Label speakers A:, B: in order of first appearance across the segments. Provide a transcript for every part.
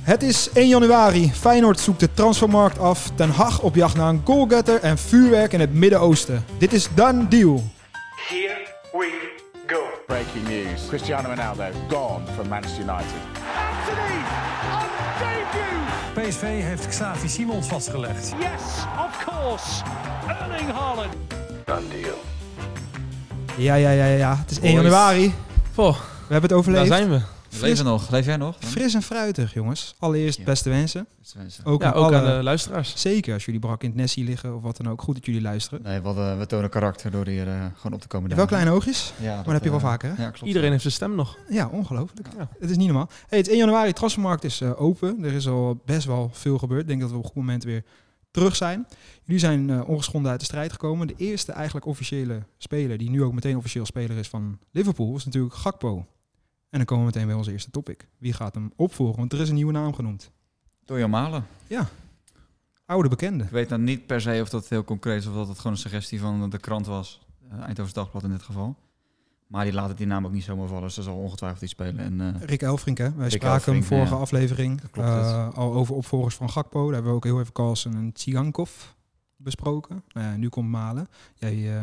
A: Het is 1 januari. Feyenoord zoekt de transfermarkt af. Ten Hag op jacht naar een goalgetter en vuurwerk in het Midden-Oosten. Dit is Done Deal.
B: Here we go.
C: Breaking news Cristiano Ronaldo gone from Manchester United.
D: Anthony on debut.
E: PSV heeft Xavi Simons vastgelegd.
D: Yes, of course. Erling Haaland.
A: Ja, ja, ja, ja. Het is 1
F: Boys.
A: januari.
F: Poh,
A: We hebben het
F: daar
A: overleefd.
F: zijn we.
A: Fris-
G: Leef je nog? Leef jij nog?
A: Fris en fruitig, jongens. Allereerst
G: Ja.
A: beste wensen.
G: Mensen.
A: Ook,
F: Ja,
A: aan
F: ook
A: alle-
F: aan de Eh, luisteraars.
A: Zeker als jullie brak in het Nessie liggen of wat dan ook. Goed dat jullie luisteren.
G: Nee, we, hadden- we tonen karakter door hier eh, gewoon op te komen.
A: Wel kleine oogjes,
G: Ja,
A: maar dat heb je wel
G: eh,
A: vaker, hè?
G: Ja, klopt.
F: Iedereen heeft zijn stem nog.
A: Ja, ongelooflijk.
F: Ja.
A: Het is niet normaal. Hey, het is 1 januari, de transfermarkt is eh, open. Er is al best wel veel gebeurd. Ik denk dat we op een goed moment weer terug zijn. Jullie zijn eh, ongeschonden uit de strijd gekomen. De eerste eigenlijk officiële speler, die nu ook meteen officieel speler is van Liverpool, is natuurlijk Gakpo. En dan komen we meteen bij ons eerste topic. Wie gaat hem opvolgen? Want er is een nieuwe naam genoemd.
G: Door je malen.
A: Oude bekende.
G: Ik weet nou niet per se of dat heel concreet is of dat het gewoon een suggestie van de krant was. Eh, Eindhoven's Dagblad in dit geval. Maar die laat het die naam ook niet zomaar vallen. Dus er zal ongetwijfeld iets spelen. En, eh,
A: Rick Elfrink, hè? Wij
G: Rick
A: spraken hem
G: Elfrink,
A: vorige
G: ja.
A: aflevering
G: klopt,
A: eh, al over opvolgers van Gakpo. Daar hebben we ook heel even Carlsen en Tsigankov besproken. Nou ja, nu komt Malen. Jij, eh,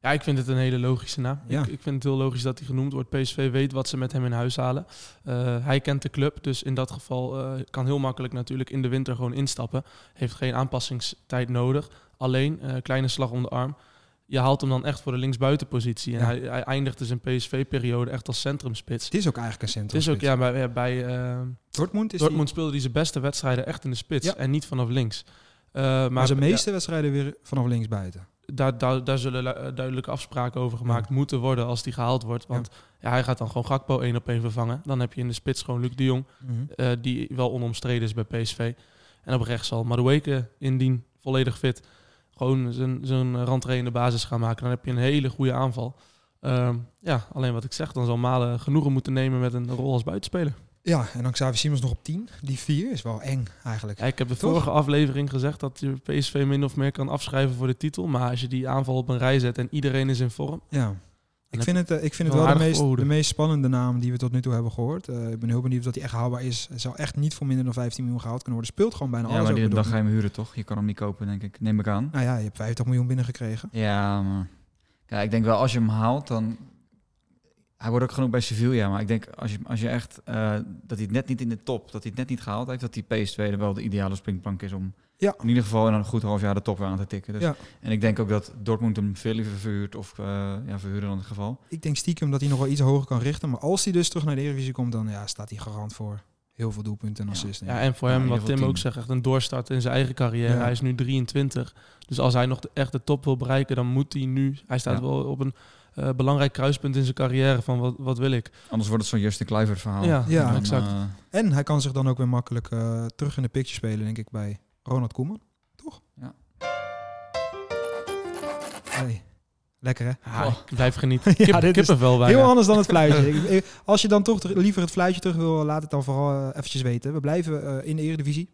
F: Ja, ik vind het een hele logische naam.
A: Ja.
F: Ik, ik vind het heel logisch dat hij genoemd wordt. PSV weet wat ze met hem in huis halen. Eh, hij kent de club, dus in dat geval eh, kan heel makkelijk natuurlijk in de winter gewoon instappen. Heeft geen aanpassingstijd nodig. Alleen, eh, kleine slag om de arm. Je haalt hem dan echt voor de linksbuitenpositie. En
A: Ja.
F: hij, hij eindigt dus in PSV-periode echt als centrumspits.
A: het is ook eigenlijk een
F: Het
A: centrum.
F: is ook, ja, bij, ja, bij eh,
A: Dortmund is
F: Dortmund speelde hij zijn beste wedstrijden echt in de spits.
A: Ja.
F: En niet vanaf links. Eh,
A: die, maar zijn
F: ja,
A: meeste wedstrijden weer vanaf links buiten.
F: daar, daar, daar zullen lu- eh, duidelijke afspraken over gemaakt moeten worden als die gehaald wordt. Want ja. hij gaat dan gewoon Gakpo één op één vervangen. Dan heb je in de spits gewoon Luc de Jong, eh, die wel onomstreden is bij PSV. En op rechts zal Madueke indien, volledig fit. Gewoon zijn, zijn randtrainende basis gaan maken. Dan heb je een hele goede aanval. Ehm, ja, alleen wat ik zeg, dan zal Malen genoegen moeten nemen met een rol als buitenspeler.
A: Ja, en dan Xavi Simons nog op 10. Die 4 is wel eng eigenlijk.
F: Ja, ik heb de
A: Toch?
F: vorige aflevering gezegd dat je PSV min of meer kan afschrijven voor de titel. Maar als je die aanval op een rij zet en iedereen is in vorm,
A: Ja. Ik
F: heb
A: vind het, eh, ik vind het wel
F: wel
A: de
F: aardig
A: meest,
F: voorhoede.
A: de meest spannende naam die we tot nu toe hebben gehoord. Eh, ik ben heel benieuwd of dat hij echt haalbaar is. Hij zou echt niet voor minder dan 15 miljoen gehaald kunnen worden. Speelt gewoon bijna
G: ja,
A: alles
G: maar
A: over
G: die, dan
A: Dortmund.
G: ga je hem huren toch? Je kan hem niet kopen, denk ik. Neem ik aan.
A: Nou ja, je hebt 50 miljoen binnengekregen.
G: Ja, maar... Ja, ik denk wel als je hem haalt, dan... Hij wordt ook genoeg bij Sevilla, maar ik denk als je, als je echt... eh, dat hij het net niet in de top, dat hij het net niet gehaald heeft... dat die PSV er wel de ideale springplank is om...
A: Ja.
G: in ieder geval in een goed half jaar de top weer aan te tikken. Dus,
A: Ja.
G: En ik denk ook dat Dortmund hem veel liever verhuurt, of eh ja, verhuren dan het geval.
A: Ik denk stiekem dat hij nog wel iets hoger kan richten. Maar als hij dus terug naar de Eredivisie komt, dan ja, staat hij garant voor heel veel doelpunten en
G: Ja.
A: assists. denk
F: Ja,
A: ik.
F: en voor
G: Ja,
F: hem,
G: in
F: wat
G: ieder
F: Tim
G: geval
F: ook
G: tien.
F: zegt, echt een doorstart in zijn eigen carrière.
A: Ja.
F: Hij is nu 23. Dus als hij nog de, echt de top wil bereiken, dan moet hij nu... Hij staat
G: Ja.
F: wel op een eh, belangrijk kruispunt in zijn carrière van wat, wat wil ik.
G: Anders wordt het zo'n Justin Kluivert verhaal.
F: Ja,
G: En
A: ja,
G: dan,
F: exact.
G: eh,
A: En hij kan zich dan ook weer makkelijk eh, terug in de picture spelen, denk ik, bij Ronald Koeman. Toch?
G: Ja.
A: Hey. Lekker, hè?
G: Ah.
F: Ja,
A: Oh.
F: Ah, ik blijf genieten.
A: Ja,
F: Kip,
A: dit is
F: kippenvel bijna.
A: Heel anders dan het fluitje. Ik- ik- Als je dan toch ter- liever het fluitje terug wil, laat het dan vooral eh, eventjes weten. We blijven eh, in de Eredivisie.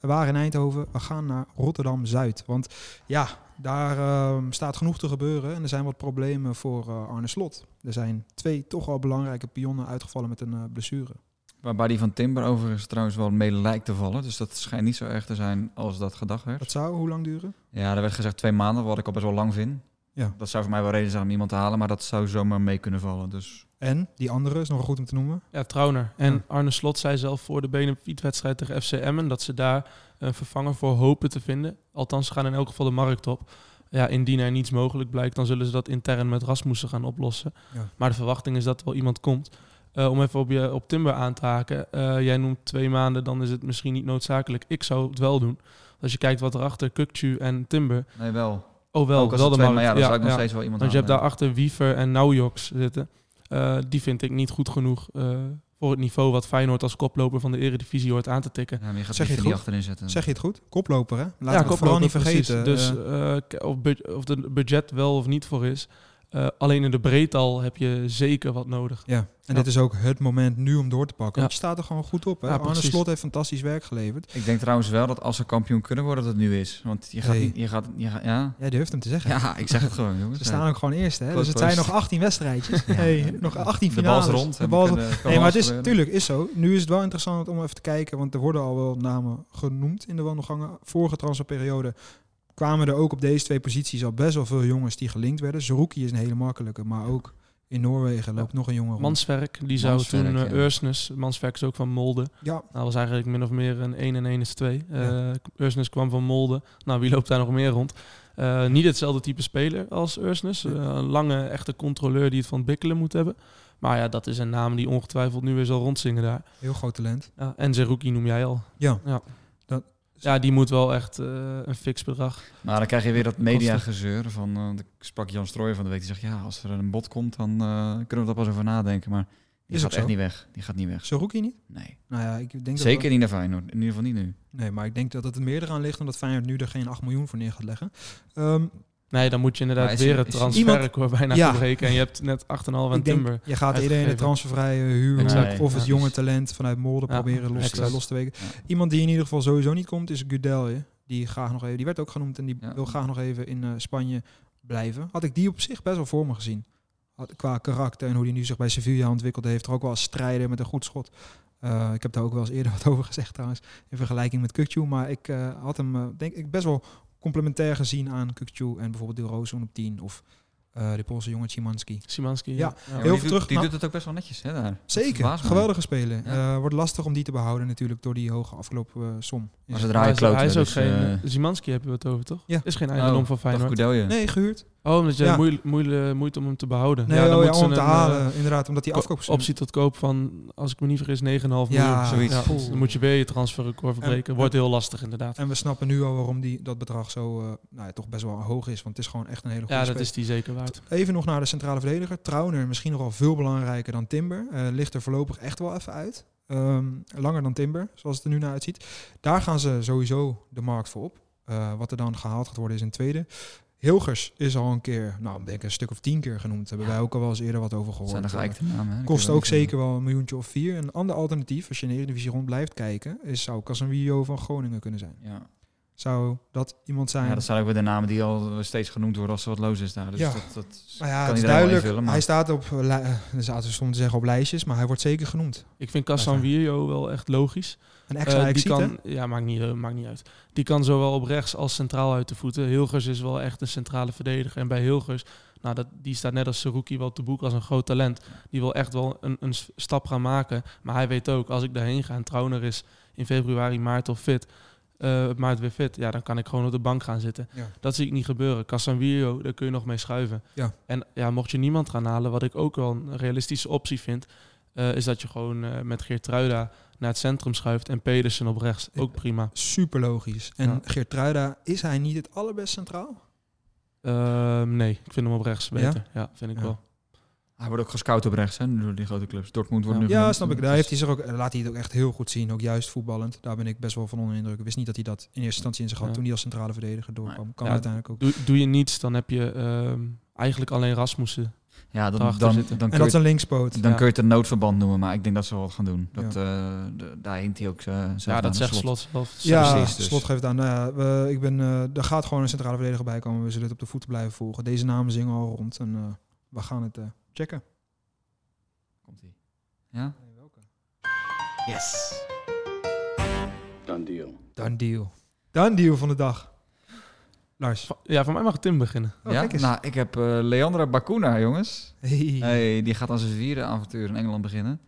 A: We waren in Eindhoven. We gaan naar Rotterdam-Zuid. Want ja, daar ehm, staat genoeg te gebeuren. En er zijn wat problemen voor eh, Arne Slot. Er zijn twee toch al belangrijke pionnen uitgevallen met een eh, blessure.
G: waarbij die van Timber overigens trouwens wel mee lijkt te vallen. Dus dat schijnt niet zo erg te zijn als dat gedacht werd.
A: Dat zou hoe lang duren?
G: Ja, er werd gezegd twee maanden, wat ik al best wel lang vind.
A: Ja.
G: Dat zou voor mij wel reden zijn om iemand te halen, maar dat zou zomaar mee kunnen vallen. Dus
A: En die andere is nog wel goed om te noemen.
F: Ja, Trauner. En
A: Ja.
F: Arne Slot zei zelf voor de benefietwedstrijd tegen FC Emmen dat ze daar een vervanger voor hopen te vinden. Althans, ze gaan in elk geval de markt op. Ja, indien er niets mogelijk blijkt, dan zullen ze dat intern met Rasmussen gaan oplossen.
A: Ja.
F: Maar de verwachting is dat er wel iemand komt. Eh, om even op, je, op Timber aan te haken. eh, jij noemt twee maanden, dan is het misschien niet noodzakelijk. Ik zou het wel doen. Als je kijkt wat erachter, Kukcu en Timber.
G: nee, wel.
F: Oh wel,
G: Ook als
F: wel
G: het
F: de
G: twee,
F: markt.
G: maar ja, dan zou ik nog
F: ja.
G: steeds wel iemand
F: Want je hebt
G: halen.
F: daarachter Wiever en Naujoks zitten. Eh, die vind ik niet goed genoeg eh, voor het niveau wat Feyenoord als koploper van de Eredivisie hoort aan te tikken.
G: Ja, maar je gaat
A: Zeg je
G: zeg
A: het
G: die
A: goed?
G: achterin zetten.
A: Zeg je het goed? Koploper, hè? Laten
F: ja, Dus,
A: we het vooral niet vergeten.
F: precies.
A: Eh,
F: Dus eh, k- of, bud- of de budget wel of niet voor is. Eh, eh, alleen in de breedte al heb je zeker wat nodig.
A: Ja, en
F: Ja.
A: dit is ook het moment nu om door te pakken.
F: Ja.
A: Want je staat er gewoon goed op. Hè?
F: Ja,
A: Arne
F: precies.
A: Slot heeft fantastisch werk geleverd.
G: Ik denk trouwens wel dat als ze kampioen kunnen worden, dat het nu is. Want je gaat
A: Hey.
G: niet... Je gaat, je gaat, ja.
A: Jij durft hem te zeggen.
G: ja, ik zeg het gewoon, jongens.
A: Ze staan ook gewoon eerst. Hè? Dus het
G: Klopt,
A: zijn nog 18 wedstrijdjes. Hey, nog 18
G: de
A: finales.
G: bal is rond.
A: De
G: en
A: bal is
G: we kunnen- kan
A: Nee, maar
G: alles
A: het is
G: gebeuren.
A: natuurlijk is zo. Nu is het wel interessant om even te kijken, want er worden al wel namen genoemd in de wandelgangen. Vorige transferperiode kwamen er ook op deze twee posities al best wel veel jongens die gelinkt werden. Zerouki is een hele makkelijke, maar ook in Noorwegen loopt nog een jongen rond.
F: Manswerk, die zou
G: Mansverk,
F: toen eh
G: ja.
F: Ursnes, Manswerk is ook van Molde.
A: Ja,
F: Nou, was eigenlijk min of meer een 1 en 1 is 2. Eh
A: Ja.
F: Ursnes kwam van Molde. Nou, wie loopt daar nog meer rond? Eh, niet hetzelfde type speler als Ursnes. Eh, een lange, echte controleur die het van het bikkelen moet hebben. Maar ja, dat is een naam die ongetwijfeld nu weer zal rondzingen daar.
A: heel groot talent.
F: Ja, en Zerouki noem jij al.
A: Ja.
F: Ja, die moet wel echt eh, een fix bedrag.
G: Maar dan krijg je weer dat mediagezeur van... eh, ik sprak Jan Strooijen van de week. Die zegt, ja, als er een bod komt, dan eh, kunnen we daar pas over nadenken. Maar die
A: Is
G: gaat
A: ook
G: echt
A: zo.
G: niet weg. Die gaat niet weg.
A: Zerouki niet?
G: Nee.
A: Nou ja, ik denk
G: Zeker
A: dat
G: niet naar Feyenoord. In ieder geval niet nu.
A: nee, maar ik denk dat het er meer aan ligt omdat Feyenoord nu er geen 8 miljoen voor neer gaat leggen. Ehm,
F: Nee, dan moet je inderdaad
G: Maar is-
F: weer het
G: is-
F: transferrecord bijna
A: Ja.
F: verbreken. En je hebt net 8,5 aan
A: ik denk,
F: Timber.
A: je gaat iedereen de
F: uitgegeven.
A: transfervrije huur
G: Exact.
A: of het
G: Ja.
A: jonge talent vanuit Molde
F: Ja,
A: proberen los, te-
F: exact.
A: los te weken.
G: Ja.
A: Iemand die in ieder geval sowieso niet komt is Gudelje. Die, graag nog even, die werd ook genoemd en die
G: Ja.
A: wil graag nog even in eh, Spanje blijven. Had ik die op zich best wel voor me gezien. Had, qua karakter en hoe die nu zich bij Sevilla ontwikkeld heeft. Er ook wel als strijder met een goed schot. Eh, ik heb daar ook wel eens eerder wat over gezegd trouwens. In vergelijking met Kukju. Maar ik eh, had hem eh, denk ik best wel complementair gezien aan Kukju. En bijvoorbeeld De Rozen op 10. Of eh de Poolse jongen Szymanski.
F: Simanski.
A: Ja.
G: Ja, maar
A: Heel
G: die
A: veel
G: doet-
A: terug
G: Die
A: naar-
G: doet het ook best wel netjes, hè, daar.
A: Zeker,
G: verbaast me.
A: geweldige speler.
G: Ja.
A: Eh, wordt lastig om die te behouden natuurlijk door die hoge afgelopen eh, som. Is-
G: Maar ze
F: Hij
G: draaien
F: is,
G: kloten.
F: hij is ook
G: dus,
F: geen...
G: eh, Oh,
F: eh, Szymanski hebben we het over, toch?
A: Ja.
F: Is geen eigendom van
G: Dag
F: Feyenoord.
G: Goedelje.
A: Nee, gehuurd.
F: Oh, omdat je
A: Ja.
F: moeil- moeile- moeite om hem te behouden.
A: Nee,
F: ja, dan
A: oh, ja,
F: moeten
A: om
F: ze
A: te
F: een,
A: halen,
F: eh,
A: inderdaad, omdat die
F: ko-
A: afkoop
F: optie tot koop van, als ik me niet vergis, 9,5 miljoen.
A: Ja,
G: zoiets.
F: Ja,
A: Poeh.
F: dan moet je weer je transferrecord verbreken.
A: En-
F: Wordt heel lastig, inderdaad.
A: En we snappen nu al waarom die, dat bedrag zo eh, nou ja, toch best wel hoog is. Want het is gewoon echt een hele goede
F: Ja, dat
A: speler.
F: is die zeker waard.
A: Even nog naar de centrale verdediger. Trauner, misschien nogal veel belangrijker dan Timber. Eh, ligt er voorlopig echt wel even uit. Ehm, langer dan Timber, zoals het er nu naar uitziet. Daar gaan ze sowieso de markt voor op. Eh, wat er dan gehaald gaat worden is een tweede. Hilgers is al een keer, nou ik denk een stuk of tien keer genoemd. Hebben wij ook al wel eens eerder wat over
G: Dat
A: gehoord.
G: zijn de
A: Eh,
G: geëikte namen. hè.
A: Kost
G: Dat kun je
A: ook
G: wel niet
A: zeker wel een miljoentje of vier. Een ander alternatief, als je in de Eredivisie rond blijft kijken, is, zou Casemiro van Groningen kunnen zijn.
G: zeggen. Ja.
A: Zou dat iemand zijn?
G: ja, dat zijn ook weer de namen die al steeds genoemd worden als er wat loos is daar. Dus
A: Ja.
G: dat, dat
A: nou ja,
G: kan
A: het is
G: iedereen wel
A: duidelijk.
G: invullen, maar-
A: Hij staat op, eh, li- eh, er zaten ze om te zeggen op lijstjes, maar hij wordt zeker genoemd.
F: Ik vind Cassan Wierjo wel echt logisch.
A: Een extra
F: Eh,
A: uh,
F: die kan, ja, maakt niet, eh, maakt niet uit. Die kan zowel op rechts als centraal uit de voeten. Hilgers is wel echt een centrale verdediger. En bij Hilgers, nou, dat, die staat net als Seruki wel te boek als een groot talent. Die wil echt wel een, een s- stap gaan maken. Maar hij weet ook, als ik daarheen ga en Trauner is in februari, maart of fit... eh, maart weer fit, ja, dan kan ik gewoon op de bank gaan zitten.
A: Ja.
F: Dat zie ik niet gebeuren. Casanviro, daar kun je nog mee schuiven.
A: Ja.
F: En ja, mocht je niemand gaan halen, wat ik ook wel een realistische optie vind, eh, is dat je gewoon eh, met Geertruida naar het centrum schuift en Pedersen op rechts. Ook prima.
A: Super logisch. En
F: Ja.
A: Geertruida, is hij niet het allerbest centraal?
F: Ehm, nee, ik vind hem op rechts beter. Ja, vind ik
A: Ja.
F: wel.
G: Hij wordt ook gescout op rechts hè, door die grote clubs. Dortmund wordt
F: Ja.
G: nu
A: Ja,
G: genoemd. eh, dus-
A: snap ik.
G: Dat
A: Daar heeft
G: is-
A: hij zich ook, eh, laat hij het ook echt heel goed zien. Ook juist voetballend. Daar ben ik best wel van onder de indruk. Ik wist niet dat hij dat in eerste instantie in zich had
F: Ja.
A: toen hij als centrale verdediger doorkwam. Kan
F: Ja, dus
A: uiteindelijk ook.
F: Doe, doe je niets, dan heb je ehm, eigenlijk alleen Rasmussen.
G: Ja, dan,
F: Daarachter
G: dan,
F: zitten.
G: dan,
A: En
G: kun,
A: dat is
G: je,
A: een linkspoot.
G: dan
F: ja.
G: kun je het een noodverband noemen, maar ik denk dat ze wel wat gaan doen. Dat, eh, d- daar hint hij ook eh, zelf
F: Ja,
G: aan,
F: dat
G: een
F: zegt Slot zelf.
A: Ja,
G: precies, dus.
A: slot geeft aan. Nou ja, we- ik ben, eh, er gaat gewoon een centrale verdediger bij komen. We zullen het op de voeten blijven volgen. Deze namen zingen al rond. En eh, we gaan het eh, checken.
G: Komt-ie. Ja? Yes.
A: Dan deal. Dan deal van de dag. Lars.
F: Va- Ja, voor mij mag Tim beginnen.
A: Oh,
G: ja?
A: kijk eens.
G: Nou, ik heb eh, Leandra Bacuna, jongens.
A: Hey.
G: Hey, die gaat aan zijn vierde avontuur in Engeland beginnen.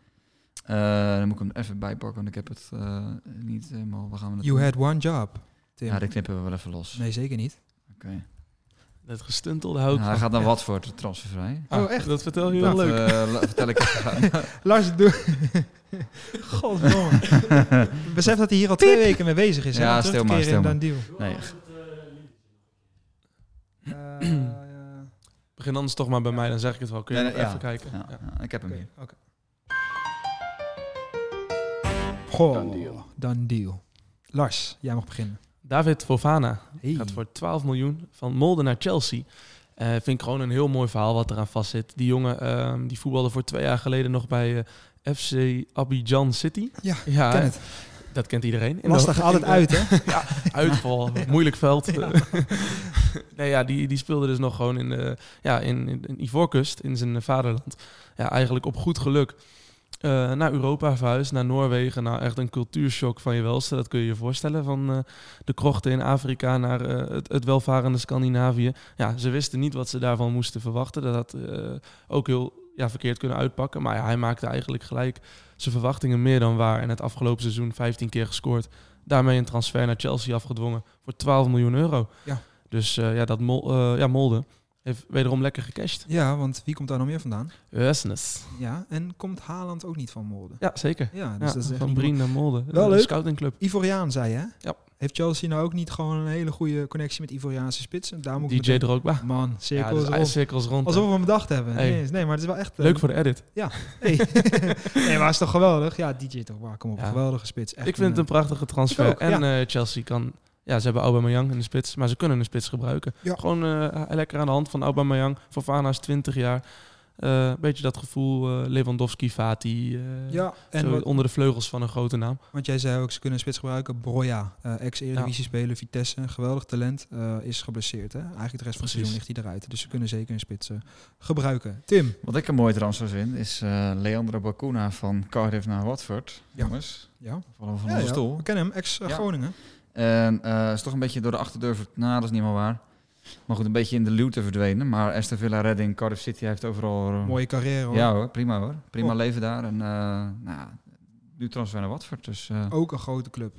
G: Eh, dan moet ik hem er even bijpakken, want ik heb het eh, niet helemaal. Waar gaan we het
A: You had one job. Tim.
G: Ja, dat knippen we wel even los.
A: Nee, zeker niet.
G: Oké.
F: Het gestuntel hou ik
G: Nou, hij
F: van.
G: gaat naar Watford, transfervrij.
A: Oh, echt?
F: Dat vertel je heel
G: Dat,
F: leuk.
G: eh, la- vertel ik even.
A: Lars, doe... Godverdomme. Besef dat hij hier al twee weken mee bezig is. hè,
G: Ja,
A: om terug
G: stil
A: te
G: maar,
A: keren in
G: stil
A: Dan deal.
G: Nee,
A: Eh,
F: Begin anders toch maar bij mij, dan zeg ik het wel. Kun je
G: Nee, nee,
F: nog
G: ja.
F: even kijken?
G: ja,
F: Ja.
G: ja, ik heb hem hier.
A: Goh, dan deal. Lars, jij mag beginnen.
F: David Fofana
A: Hey.
F: gaat voor 12 miljoen van Molde naar Chelsea. Eh, vind ik gewoon een heel mooi verhaal wat eraan vastzit. Die jongen ehm, die voetbalde voor twee jaar geleden nog bij eh, FC Abidjan City.
A: Ja,
F: ja
A: ken het.
F: dat kent iedereen. In
A: Lastig,
F: de-
A: altijd
F: in de-
A: uit, hè?
F: ja, uitval, moeilijk veld. nee, ja, die, die speelde dus nog gewoon in, de, ja, in, in, in Ivoorkust, in zijn vaderland. Ja, eigenlijk op goed geluk eh, naar Europa verhuisd, naar Noorwegen. Nou, echt een cultuurshock van je welste, dat kun je je voorstellen. Van eh, de krochten in Afrika naar eh, het, het welvarende Scandinavië. Ja, ze wisten niet wat ze daarvan moesten verwachten. Dat had eh, ook heel ja, verkeerd kunnen uitpakken. Maar ja, hij maakte eigenlijk gelijk zijn verwachtingen meer dan waar. En het afgelopen seizoen 15 keer gescoord daarmee een transfer naar Chelsea afgedwongen voor 12 miljoen euro.
A: Ja.
F: Dus eh, ja, dat Mol- eh, ja, Molde heeft wederom lekker gecashed.
A: Ja, want wie komt daar nog meer vandaan?
F: Business.
A: Ja, en komt Haaland ook niet van Molde?
F: Ja, zeker.
A: Ja, dus
F: Ja,
A: dat is echt
F: van
A: niet
F: Brien naar Molde.
A: Wel
F: Een
A: leuk.
F: Scoutingclub.
A: Ivoriaan zei je, hè?
F: Ja.
A: Heeft Chelsea nou ook niet gewoon een hele goede connectie met Ivoriaanse spitsen? Daar moet ik
F: DJ
A: meteen-
F: Drogba.
A: Man,
F: Ja, dus
A: cirkels
F: hij-
A: rond.
F: cirkels rond.
A: Alsof we hem bedacht hebben.
F: Hey.
A: Nee, nee, maar het is wel echt... eh,
F: Leuk voor de edit.
A: Hey. nee, maar is toch geweldig? Ja, DJ toch, waar, kom op.
F: Ja.
A: Geweldige spits. Echt
F: Ik vind het een prachtige transfer.
A: Ik ook,
F: en eh, Chelsea kan... Ja, ze hebben Aubameyang in de spits, maar ze kunnen een spits gebruiken.
A: Ja.
F: Gewoon eh, lekker aan de hand van Aubameyang. Fofana is 20 jaar. Eh, beetje dat gevoel eh, Lewandowski, Fati. eh,
A: Ja,
F: zo
A: en wat,
F: onder de vleugels van een grote naam.
A: want jij zei ook, ze kunnen een spits gebruiken. Broja, eh ex-Eredivisie-speler, Vitesse, geweldig talent, eh, is geblesseerd. Hè? Eigenlijk de rest van het
F: Precies.
A: seizoen ligt hij eruit. Dus ze kunnen zeker een spits eh, gebruiken. Tim,
G: Wat ik een mooie transfer vind, is eh, Leandro Bacuna van Cardiff naar Watford.
A: Ja.
G: Jongens,
A: ja?
G: vallen we van
A: ja,
G: onze
A: ja,
G: stoel.
A: we kennen hem, eh, ex-Groningen.
G: En eh, is toch een beetje door de achterdeur, ver- nou dat is niet meer waar. Maar goed, een beetje in de luwte verdwenen. Maar Aston Villa, Reading, Cardiff City heeft overal... eh,
A: Mooie carrière hoor.
G: Ja hoor, prima hoor. Prima
A: Oh.
G: leven daar. En eh, nou, nu transfer naar Watford, dus... eh,
A: Ook een grote club.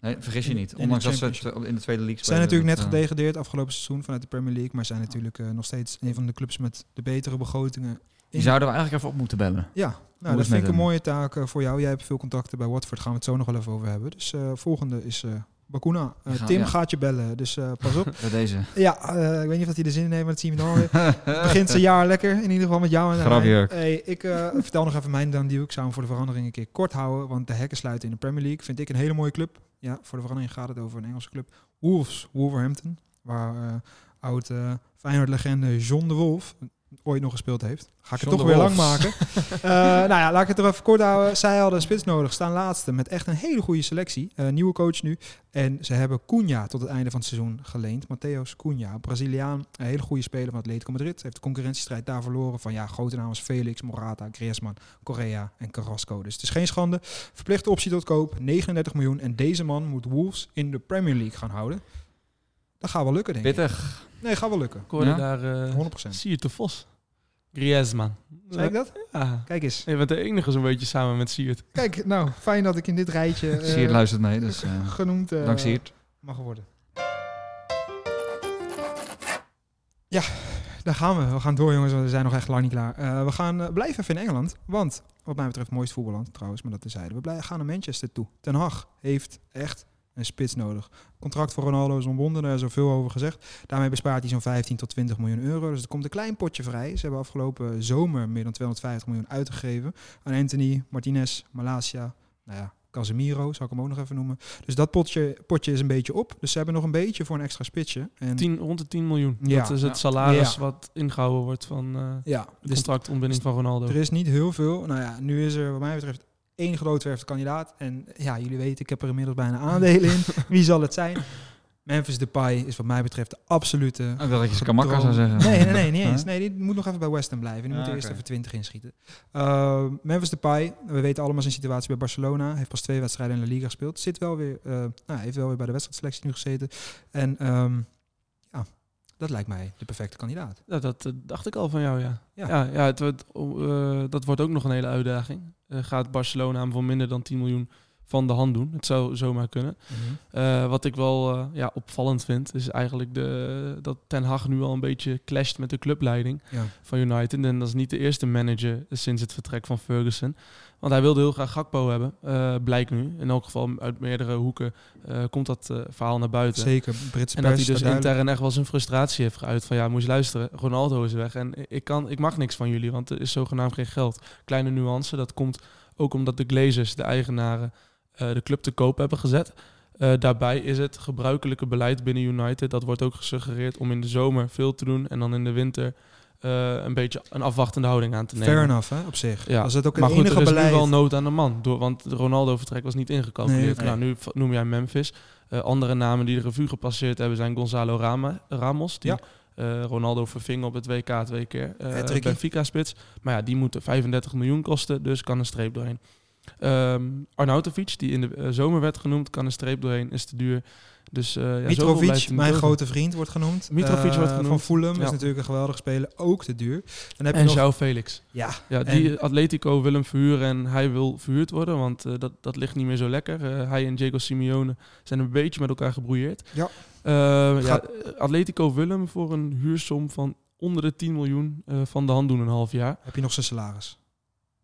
G: Nee, vergis je
A: Oh. In de-
G: niet.
A: in de
G: Ondanks dat ze het,
A: Championship.
G: eh, in de tweede league eh,
A: Ze zijn natuurlijk net
G: gedegen.
A: gedegradeerd afgelopen seizoen vanuit de Premier League, maar zijn natuurlijk eh, nog steeds een van de clubs met de betere begrotingen.
G: Die zouden we eigenlijk even op moeten bellen.
A: Ja, nou,
G: het
A: dat
G: met
A: vind ik een
G: hem?
A: mooie taak eh, voor jou. Jij hebt veel contacten bij Watford, gaan we het zo nog wel even over hebben. Dus eh, volgende is eh Bakuna. Eh,
G: Ik ga-
A: Tim
G: ja.
A: gaat je bellen, dus eh, pas op.
G: Bij deze.
A: ja, eh, ik weet niet of hij er zin in heeft, maar dat zien we dan weer. Begint zijn jaar lekker, in ieder geval met jou en mij.
G: Grapjurk.
A: Hey, ik eh, vertel nog even mijn Dan Duke. Ik zou hem voor de verandering een keer kort houden, want de hekken sluiten in de Premier League. Vind ik een hele mooie club. Ja, voor de verandering gaat het over een Engelse club. Wolves, Wolverhampton, waar eh, oud eh Feyenoord-legende John de Wolf ooit nog gespeeld heeft. Ga ik het
G: John
A: toch
G: de
A: weer lang
G: Wolf.
A: maken. Eh, nou ja, laat ik het er even kort houden. Zij hadden een spits nodig, staan laatste met echt een hele goede selectie. Eh, nieuwe coach nu. En ze hebben Cunha tot het einde van het seizoen geleend. Mateos Cunha, Braziliaan, een hele goede speler van Atletico Madrid. Heeft de concurrentiestrijd daar verloren van ja, grote namen als Felix, Morata, Griezmann, Correa en Carrasco. Dus het is geen schande. Verplichte optie tot koop, 39 miljoen. En deze man moet Wolves in de Premier League gaan houden. Dat gaat wel lukken, denk ik.
G: Pittig.
A: Nee, gaat wel lukken.
F: Ik hoorde
G: Ja?
F: daar... eh,
A: 100%.
F: Zie je te Vos. Griezmann.
A: Zei ik dat?
F: Ja.
A: Kijk eens.
F: Je bent de enige zo'n beetje samen met Siert.
A: Kijk, nou, fijn dat ik in dit rijtje eh,
G: Siert luistert mee, dus eh
A: genoemd eh,
G: dank Siert.
A: mag worden. Ja, daar gaan we. We gaan door, jongens, want we zijn nog echt lang niet klaar. Eh, we gaan eh, blijven even in Engeland, want wat mij betreft het mooiste voetballand trouwens, maar dat tezijde. We blij- gaan naar Manchester toe. Ten Hag heeft echt een spits nodig. Contract voor Ronaldo is ontbonden, daar is er veel over gezegd. Daarmee bespaart hij zo'n 15 tot 20 miljoen euro. Dus er komt een klein potje vrij. Ze hebben afgelopen zomer meer dan 250 miljoen uitgegeven aan Anthony, Martinez, Malasia, nou ja, Casemiro, zal ik hem ook nog even noemen. Dus dat potje, potje is een beetje op. Dus ze hebben nog een beetje voor een extra spitsje. En,
F: 10, rond de 10 miljoen.
A: Ja.
F: Dat is het salaris
A: Ja.
F: wat ingehouden wordt van eh
A: ja,
F: de
A: dus
F: contractontbinding van Ronaldo.
A: er is niet heel veel. Nou ja, nu is er wat mij betreft één gedoodverfde kandidaat. En ja, jullie weten, ik heb er inmiddels bijna aandelen in. Wie zal het zijn? Memphis Depay is wat mij betreft de absolute...
G: Ik dacht dat je Skamaka Oh, zou zeggen.
A: Nee, nee, nee, niet eens. Nee, die moet nog even bij West Ham blijven. Die moet
G: Ah,
A: er eerst
G: oké.
A: even 20 inschieten. Eh, Memphis Depay, we weten allemaal zijn situatie bij Barcelona. Heeft pas twee wedstrijden in de Liga gespeeld. Zit wel weer, eh, nou, heeft wel weer bij de wedstrijdselectie nu gezeten. En ehm, ja, dat lijkt mij de perfecte kandidaat.
F: Ja, dat eh, dacht ik al van jou, ja.
A: Ja.
F: Ja, ja, het, wordt, oh, eh, dat wordt ook nog een hele uitdaging. Eh, gaat Barcelona hem voor minder dan 10 miljoen van de hand doen? Het zou zomaar kunnen. Eh, wat ik wel eh, ja, opvallend vind, is eigenlijk de, dat Ten Hag nu al een beetje clasht met de clubleiding.
A: Ja.
F: van United. En dat is niet de eerste manager sinds het vertrek van Ferguson. Want hij wilde heel graag Gakpo hebben, eh, blijkt nu. In elk geval uit meerdere hoeken eh, komt dat eh, verhaal naar buiten.
A: Zeker, Britse
F: En dat hij dus intern echt wel zijn frustratie heeft geuit. Van ja, moet je luisteren, Ronaldo is weg. En ik, kan, ik mag niks van jullie, want er is zogenaamd geen geld. Kleine nuance, dat komt ook omdat de Glazers, de eigenaren, eh, de club te koop hebben gezet. Eh, daarbij is het gebruikelijke beleid binnen United, dat wordt ook gesuggereerd om in de zomer veel te doen en dan in de winter eh, een beetje een afwachtende houding aan te nemen.
A: Fair enough, hè, op zich.
F: Ja.
A: Als het ook
F: maar
A: het
F: goed,
A: enige
F: er is
A: beleid...
F: nu wel nood aan de man. Door, want de Ronaldo-vertrek was niet ingecalculeerd.
A: Nee,
F: nou, nu v- noem jij Memphis. Eh, andere namen die de revue gepasseerd hebben zijn Gonzalo Rama- Ramos. Die
A: Ja.
F: eh, Ronaldo verving op het WK twee keer. eh
A: Hattrickie.
F: Benfica-spits. Maar ja, die moeten 35 miljoen kosten. Dus kan een streep doorheen. Ehm Arnautovic, die in de eh, zomer werd genoemd, kan een streep doorheen. Is te duur. Dus, eh, ja, zoveel blijft er
A: Mitrovic,
F: niet
A: mijn
F: over.
A: grote vriend, wordt genoemd.
F: Mitrovic
A: Eh,
F: wordt genoemd.
A: Van Fulham is
F: Ja.
A: natuurlijk een geweldig speler. Ook te duur. Dan heb je
F: En
A: nog...
F: João Felix.
A: Ja,
F: Ja,
A: en-
F: die Atletico wil hem verhuren en hij wil verhuurd worden, want eh, dat, dat ligt niet meer zo lekker. Eh, hij en Diego Simeone zijn een beetje met elkaar gebrouilleerd.
A: Ja.
F: Eh,
A: Gaat-
F: ja, Atletico wil hem voor een huursom van onder de 10 miljoen eh, van de hand doen een half jaar.
A: heb je nog zijn salaris.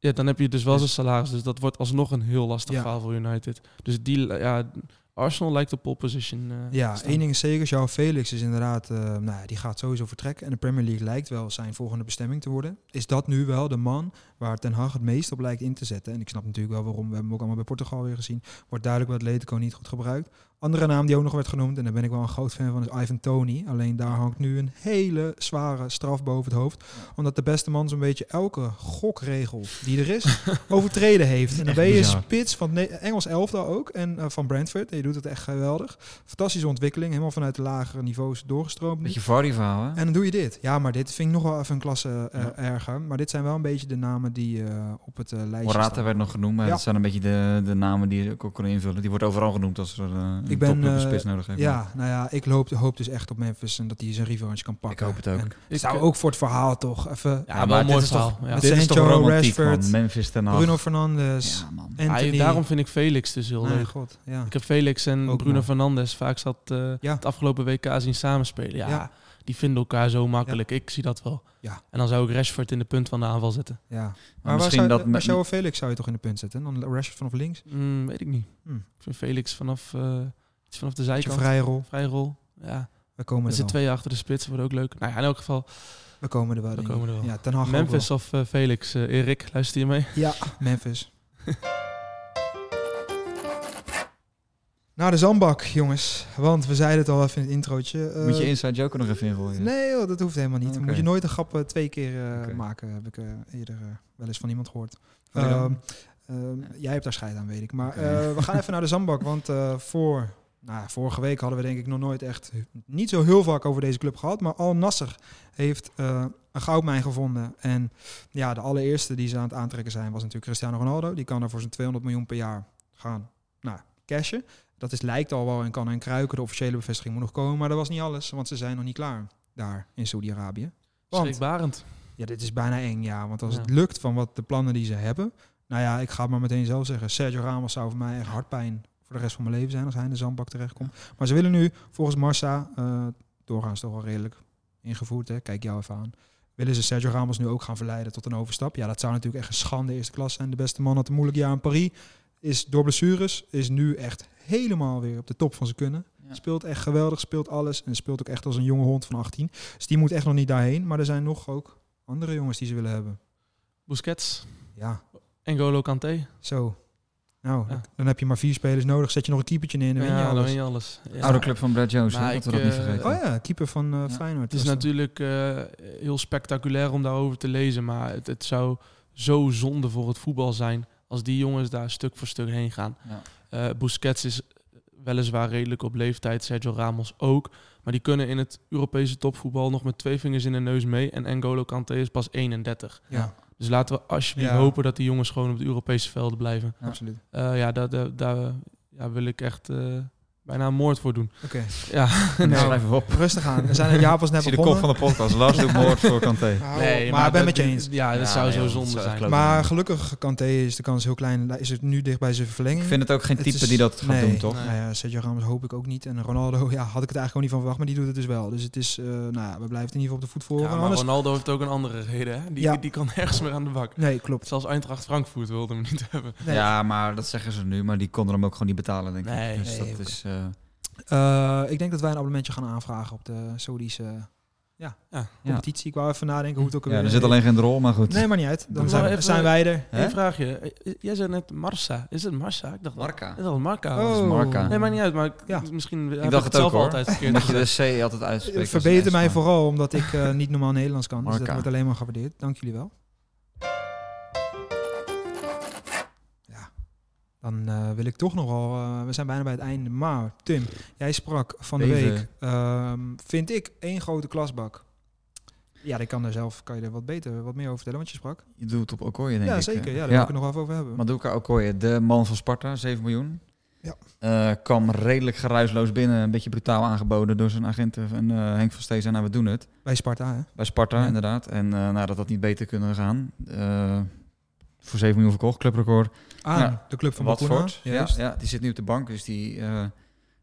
F: Ja, dan heb je dus wel zijn salaris, dus dat wordt alsnog een heel lastig
A: Ja.
F: verhaal voor United. Dus die, ja, Arsenal lijkt op pole position. eh,
A: Ja,
F: te staan.
A: één ding is zeker. Jouw Felix is inderdaad... eh, nou, ja, die gaat sowieso vertrekken. En de Premier League lijkt wel zijn volgende bestemming te worden. Is dat nu wel de man waar Ten Hag het meest op lijkt in te zetten? En ik snap natuurlijk wel waarom. We hebben hem ook allemaal bij Portugal weer gezien. Wordt duidelijk bij Atletico niet goed gebruikt. Andere naam die ook nog werd genoemd, en daar ben ik wel een groot fan van, is Ivan Tony. Alleen daar hangt nu een hele zware straf boven het hoofd. Omdat de beste man zo'n beetje elke gokregel die er is, overtreden heeft. En dan
G: Echt
A: ben je
G: bizar.
A: spits van het Ne- Engels elftal ook en eh, van Brentford. En je doet het echt geweldig. Fantastische ontwikkeling, helemaal vanuit de lagere niveaus doorgestroomd. nu.
G: Beetje Vardy verhaal, hè?
A: En dan doe je dit. Ja, maar dit vind ik nog wel even een klasse eh,
G: Ja.
A: erger. Maar dit zijn wel een beetje de namen die eh, op het eh, lijstje
G: Morata
A: staan.
G: werd nog genoemd, maar
A: Ja.
G: dat zijn een beetje de, de namen die je ook kon invullen. Die wordt overal genoemd als er eh, een
A: Ik ben,
G: topclub een
A: eh,
G: spits nodig heeft.
A: Ja, nou ja, ik hoop, hoop dus echt op Memphis en dat hij zijn revanche kan pakken.
G: hoop het ook.
A: En
F: Ik,
A: zou
F: eh,
A: ook voor het verhaal toch even
F: Ja, wel een mooi
G: dit is
F: verhaal.
G: toch,
F: ja.
A: met
G: dit is toch
A: Sancho,
G: romantiek,
A: Rashford,
G: man. Memphis ten Hag.
A: Bruno Fernandes,
G: Ja, man.
A: Anthony.
F: Ah, daarom vind ik Felix dus heel leuk.
A: nee, god, ja.
F: Ik heb Felix en
A: Ook
F: Bruno
A: mooi.
F: Fernandes vaak zat eh,
A: Ja.
F: het afgelopen WK zien samenspelen. Ja,
A: Ja.
F: die vinden elkaar zo makkelijk. Ik zie dat wel.
A: Ja.
F: En dan zou ik Rashford in de punt van de aanval zetten.
A: ja. Maar, waar
G: misschien
A: zou,
G: dat
A: dat
G: met-
A: Felix zou je toch in de punt zetten? En dan Rashford vanaf links.
F: Mm, weet ik niet.
A: Hm.
F: Ik vind Felix vanaf, eh, iets vanaf de
A: Beetje
F: zijkant. Vrij.
A: vrije rol.
F: rol. Ja.
A: We komen
F: Er
A: er wel.
F: zitten twee achter de spits. Wordt ook leuk. Nou ja, in elk geval.
A: We komen er wel.
F: We
A: denk ik.
F: komen er wel.
A: Ja, Ten Hag ook
F: Memphis of eh, Felix. Eh, Erik, luister je mee?
A: wel. Ja, Memphis. Naar de zandbak, jongens. Want we zeiden het al even in het introotje. Eh,
G: Moet je Inside Joker nog even invullen?
A: Nee, joh, dat hoeft helemaal niet.
G: Oké.
A: Moet je nooit een grap eh, twee keer eh,
G: Oké.
A: maken, heb ik eh, eerder eh, wel eens van iemand gehoord.
G: Wat dan?
A: Ehm, ehm, jij hebt daar scheid aan, weet ik. Maar
G: Oké.
A: eh, we gaan even naar de zandbak, want eh, voor, nou, vorige week hadden we denk ik nog nooit echt niet zo heel vaak over deze club gehad. Maar Al Nasser heeft eh, een goudmijn gevonden. En ja, de allereerste die ze aan het aantrekken zijn was natuurlijk Cristiano Ronaldo. Die kan er voor zijn 200 miljoen per jaar gaan nou, cashen. Dat is, lijkt al wel en kan en kruiken. De officiële bevestiging moet nog komen. Maar dat was niet alles, want ze zijn nog niet klaar daar in Saudi-Arabië. Want
F: Schrikbarend.
A: ja, dit is bijna eng, ja. Want als
F: Ja.
A: het lukt van wat de plannen die ze hebben... Nou ja, ik ga het maar meteen zelf zeggen. Sergio Ramos zou voor mij echt hartpijn voor de rest van mijn leven zijn... als hij in de zandbak terechtkomt. Maar ze willen nu, volgens Marsa... eh, doorgaans toch wel redelijk ingevoerd, hè? kijk jou even aan... willen ze Sergio Ramos nu ook gaan verleiden tot een overstap. Ja, dat zou natuurlijk echt een schande eerste klas zijn. De beste man had een moeilijk jaar in Paris. Is door blessures, is nu echt helemaal weer op de top van zijn kunnen.
G: Ja.
A: Speelt echt geweldig, speelt alles en speelt ook echt als een jonge hond van 18. Dus die moet echt nog niet daarheen. Maar er zijn nog ook andere jongens die ze willen hebben.
F: Busquets.
A: Ja,
F: N'Golo Kanté.
A: zo. Nou,
F: Ja.
A: dan heb je maar vier spelers nodig. Zet je nog een keepertje in en dan win je
F: Ja, dan
A: alles.
F: win je alles. Ja.
G: Oude club van Brad Jones, hè,
F: Maar
G: dat we
F: ik,
G: dat niet
F: eh,
G: vergeten.
A: Oh ja, keeper van eh
G: Ja.
A: Feyenoord.
F: Het is
A: was dat.
F: natuurlijk eh, heel spectaculair om daarover te lezen, maar het, het zou zo zonde voor het voetbal zijn als die jongens daar stuk voor stuk heen gaan.
G: Ja.
F: Eh, Busquets is weliswaar redelijk op leeftijd, Sergio Ramos ook, maar die kunnen in het Europese topvoetbal nog met twee vingers in de neus mee en N'Golo Kanté is pas 31.
A: Ja,
F: Dus laten we alsjeblieft
A: Ja.
F: hopen dat die jongens gewoon op het Europese veld blijven.
G: Ja.
A: absoluut.
F: Eh, ja, daar, daar, daar, ja, wil ik echt eh, bijna een moord voor doen.
A: Oké,
F: Ja,
G: Nee,
A: Nou,
G: schrijf even op.
A: rustig aan. We zijn in Japan
G: Ik
A: net
G: zie de kop
A: begonnen.
G: van de podcast. Lars doet moord voor Kanté.
A: Nou, maar ik ben
F: dat-
A: met je eens.
F: Ja, dat
G: Ja,
F: zou
G: nee,
F: zo
G: joh, dat
F: zonde
G: zou echt
F: zijn.
G: kloten.
A: Maar gelukkig kan T is de kans heel klein. Is het nu dicht bij zijn verlenging?
G: Ik vind het ook geen
A: Het
G: type
A: is-
G: die dat gaat
A: nee.
G: doen, toch?
F: Nee.
A: Nou ja, Sergio Ramos hoop ik ook niet. En Ronaldo, ja, had ik het eigenlijk ook niet van verwacht, maar die doet het dus wel. Dus het is, eh, nou ja, we blijven in ieder geval op de voet voor.
F: Ja, maar Ronaldo heeft ook een andere reden. Hè? Die,
A: Ja.
F: die kan nergens meer aan de bak.
A: Nee, klopt.
F: Zelfs Eintracht Frankfurt wilde hem niet hebben.
A: Nee.
G: Ja, maar dat zeggen ze nu, maar die konden hem ook gewoon niet betalen, denk ik.
F: Nee.
G: dus
A: Nee,
G: dat
A: oké.
G: is... eh,
A: Eh, ik denk dat wij een abonnementje gaan aanvragen op de Saudische competitie. Ik wou even nadenken hoe het ook
G: Ja,
A: alweer
G: er zit alleen geen drol, maar goed.
A: Nee, maar niet uit. Dan
F: Maar
A: zijn,
F: even-
A: zijn wij er.
G: Hè?
F: Eén vraagje. eh, Jij zei net Marsa. Is het Marsa? Ik dacht
G: Marca.
F: Is dat Marca?
A: Oh.
G: Marca.
F: Nee, maakt niet uit. Maar ik-
A: Ja.
F: misschien heb
G: Ik dacht het
F: zelf
G: ook hoor.
F: altijd verkeerd
G: Omdat je
F: gezegd.
G: de C altijd uitspreekt. als
A: Verbeter
G: een S,
A: mij
G: maar-
A: vooral omdat ik eh, niet normaal Nederlands kan. Dus dat
G: Marca.
A: wordt alleen maar gewaardeerd. Dank jullie wel. Ja, dan eh, wil ik toch nog wel. eh, we zijn bijna bij het einde. Maar Tim, jij sprak van de
G: Even.
A: week. ehm, vind ik één grote klasbak. Ja, dat kan er zelf. Kan je er wat beter, wat meer over vertellen? Want je sprak.
G: Je doet het op Okoye, denk ik. eh,
A: ja, zeker. Ja, daar wil ik het nog wel even over hebben.
G: Maduka Okoye, de man van Sparta, 7 miljoen.
A: Ja.
G: Eh, kwam redelijk geruisloos binnen. Een beetje brutaal aangeboden door zijn agenten. En eh, Henk van Steen zei, nou we doen het.
A: Bij Sparta, hè?
G: Bij Sparta,
A: Ja.
G: inderdaad. En eh nou, dat had niet beter kunnen gaan. Eh, voor 7 miljoen verkocht, clubrecord.
A: Aan
G: Ja.
A: de club van Bakuna.
G: Watford. Ja,
A: Juist.
G: ja, die zit nu op de bank. Dus die, eh,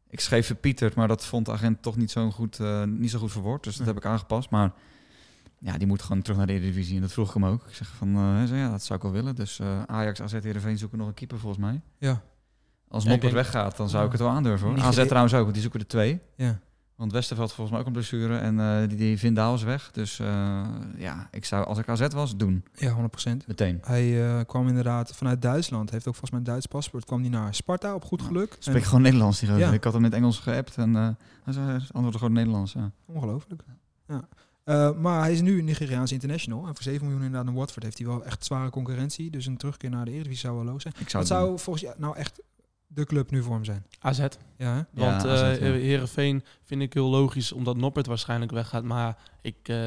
G: ik schreef verpieterd, maar dat vond de agent toch niet zo goed, eh, niet zo goed verwoord. Dus dat
A: Ja.
G: heb ik aangepast. Maar ja, die moet gewoon terug naar de Eredivisie. En dat vroeg ik hem ook. Ik zeg van, eh, hij zei, ja, dat zou ik wel willen. Dus eh, Ajax, AZ, Heerenveen zoeken nog een keeper volgens mij.
A: Ja.
G: Als
F: Ja, ik
G: Noppert
F: denk-
G: weggaat, dan zou ik het wel aandurven. Hoor.
A: Niet
G: AZ
A: gede-
G: trouwens ook, want die zoeken er twee.
A: Ja.
G: Want Westerveld volgens mij ook een blessure. En eh, die, die Vindaal is weg. Dus eh, ja, ik zou, als ik AZ was, doen.
A: ja, 100%.
G: Meteen.
A: Hij eh, kwam inderdaad vanuit Duitsland. Heeft ook volgens mij een Duits paspoort. Kwam die naar Sparta op goed geluk.
G: Spreek gewoon Nederlands. Die gozer.
A: Ja.
G: Ik had hem in het Engels geappt. En eh hij zei, hij antwoordde gewoon Nederlands. Ja.
A: En- ongelooflijk. Ja. Eh, maar hij is nu Nigeriaans international. En voor 7 miljoen inderdaad in Watford heeft hij wel echt zware concurrentie. Dus een terugkeer naar de Eredivisie zou wel loos zijn.
G: Ik zou
A: Wat
G: het doen.
A: zou volgens jou nou echt de club nu voor hem zijn?
F: AZ.
A: Ja, hè?
G: Ja,
F: Want eh
G: AZ, ja.
F: Herenveen vind ik heel logisch, omdat Noppert waarschijnlijk weggaat. Maar ik, eh,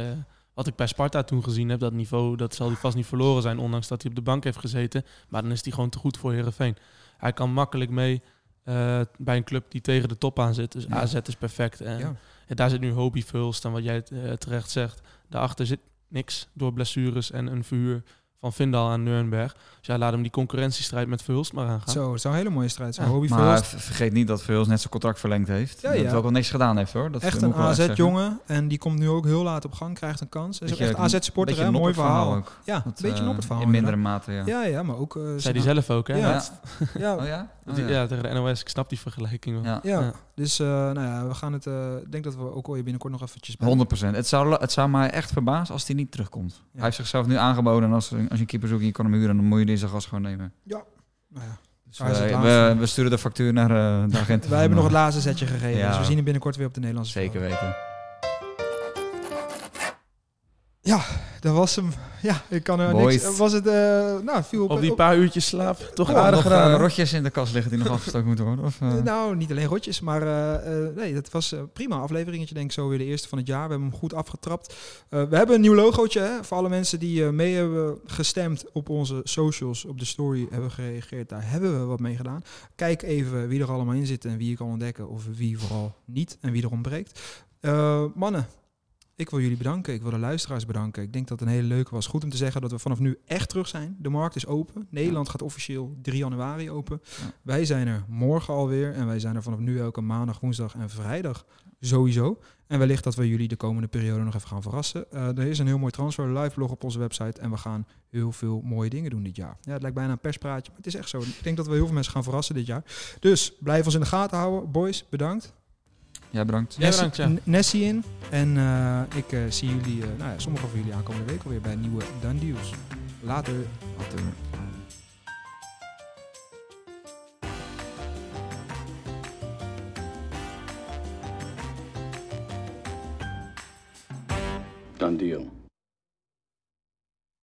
F: wat ik bij Sparta toen gezien heb, dat niveau, dat zal hij vast niet verloren zijn, ondanks dat hij op de bank heeft gezeten. Maar dan is hij gewoon te goed voor Herenveen. Hij kan makkelijk mee eh, bij een club die tegen de top aan zit. Dus
G: Ja.
F: AZ is perfect. En
A: Ja.
F: ja, daar zit nu Hobie Vuls, dan wat jij eh, terecht zegt. Daarachter zit niks door blessures en een verhuur van Vindal aan Nürnberg. Dus ja, laat hem die concurrentiestrijd met Vuls maar aangaan.
A: Zo, het zou een hele mooie strijd zijn.
F: Ja,
A: Hobby
G: Maar
A: Verhulst,
G: v- vergeet niet dat Verhulst net zijn contract verlengd heeft.
A: Ja,
G: dat
A: ja.
G: het ook wel niks gedaan heeft hoor. Dat
A: echt
G: moet
A: een
G: ik wel echt zeggen.
A: AZ-jongen. En die komt nu ook heel laat op gang, krijgt een kans. Is ook
G: Beetje-
A: echt AZ-supporter,
G: beetje
A: hè? Mooi
G: Noppert-verhaal
A: verhaal.
G: ook.
A: Ja, een
G: Dat,
A: beetje
G: eh,
A: op het verhaal.
G: In mindere mate, ja.
A: inderdaad. Ja, ja, maar ook... eh,
F: Zei hij zelf ook, hè?
A: Ja.
F: Dat-
A: Ja,
G: Oh ja? Oh,
F: Die-
G: ja.
F: ja. tegen de NOS. Ik snap die vergelijking wel.
G: Ja.
A: Ja,
F: Ja.
A: dus eh, nou ja, we gaan het. eh, Ik denk dat we ook je binnenkort nog eventjes. bij-
G: 100%. Het zou, het zou mij echt verbazen als hij niet terugkomt. Hij heeft zichzelf nu aangeboden. En als, als je een keeper zoekt en je kan hem huren, dan moet je deze gast gewoon nemen.
A: Nou ja,
G: Dus
A: Hij is het
G: wij-
A: laatste.
G: we, we sturen de factuur naar eh, de agent.
A: wij hebben nog het laatste zetje gegeven,
G: Ja.
A: dus we zien hem binnenkort weer op de Nederlandse.
G: Zeker
A: velden.
G: weten.
A: Dat was hem. Ja, ik kan er
G: Boys.
A: niks. eh, Was het? eh, nou, viel op.
F: Op die
A: op-
F: paar uurtjes slaap, toch
G: Nog
F: aardig
G: nog,
F: gedaan.
G: eh,
F: hè?
G: rotjes in de kast liggen die nog afgestoken moeten worden? Of, eh?
A: nou, niet alleen rotjes, maar eh, eh, nee, dat was eh, prima afleveringetje, denk ik zo weer de eerste van het jaar. We hebben hem goed afgetrapt. Eh, we hebben een nieuw logootje, hè, voor alle mensen die eh, mee hebben gestemd op onze socials, op de story hebben gereageerd. Daar hebben we wat mee gedaan. Kijk even wie er allemaal in zit en wie je kan ontdekken of wie vooral niet en wie er ontbreekt. Eh, mannen, ik wil jullie bedanken. Ik wil de luisteraars bedanken. Ik denk dat het een hele leuke was. Goed om te zeggen dat we vanaf nu echt terug zijn. De markt is open. Nederland gaat officieel 3 januari open.
G: Ja.
A: Wij zijn er morgen alweer. En wij zijn er vanaf nu elke maandag, woensdag en vrijdag sowieso. En wellicht dat we jullie de komende periode nog even gaan verrassen. Eh, er is een heel mooi transfer live blog op onze website. En we gaan heel veel mooie dingen doen dit jaar. Ja, het lijkt bijna een perspraatje, maar het is echt zo. Ik denk dat we heel veel mensen gaan verrassen dit jaar. Dus blijf ons in de gaten houden. Boys, bedankt.
G: Ja, bedankt.
F: Ja, bedankt, ja.
A: N- Nessie in. En eh, ik eh, zie jullie, eh nou ja, sommigen van jullie aankomende week alweer bij een nieuwe Dan Deals. Later.
G: Later.
H: Done deal.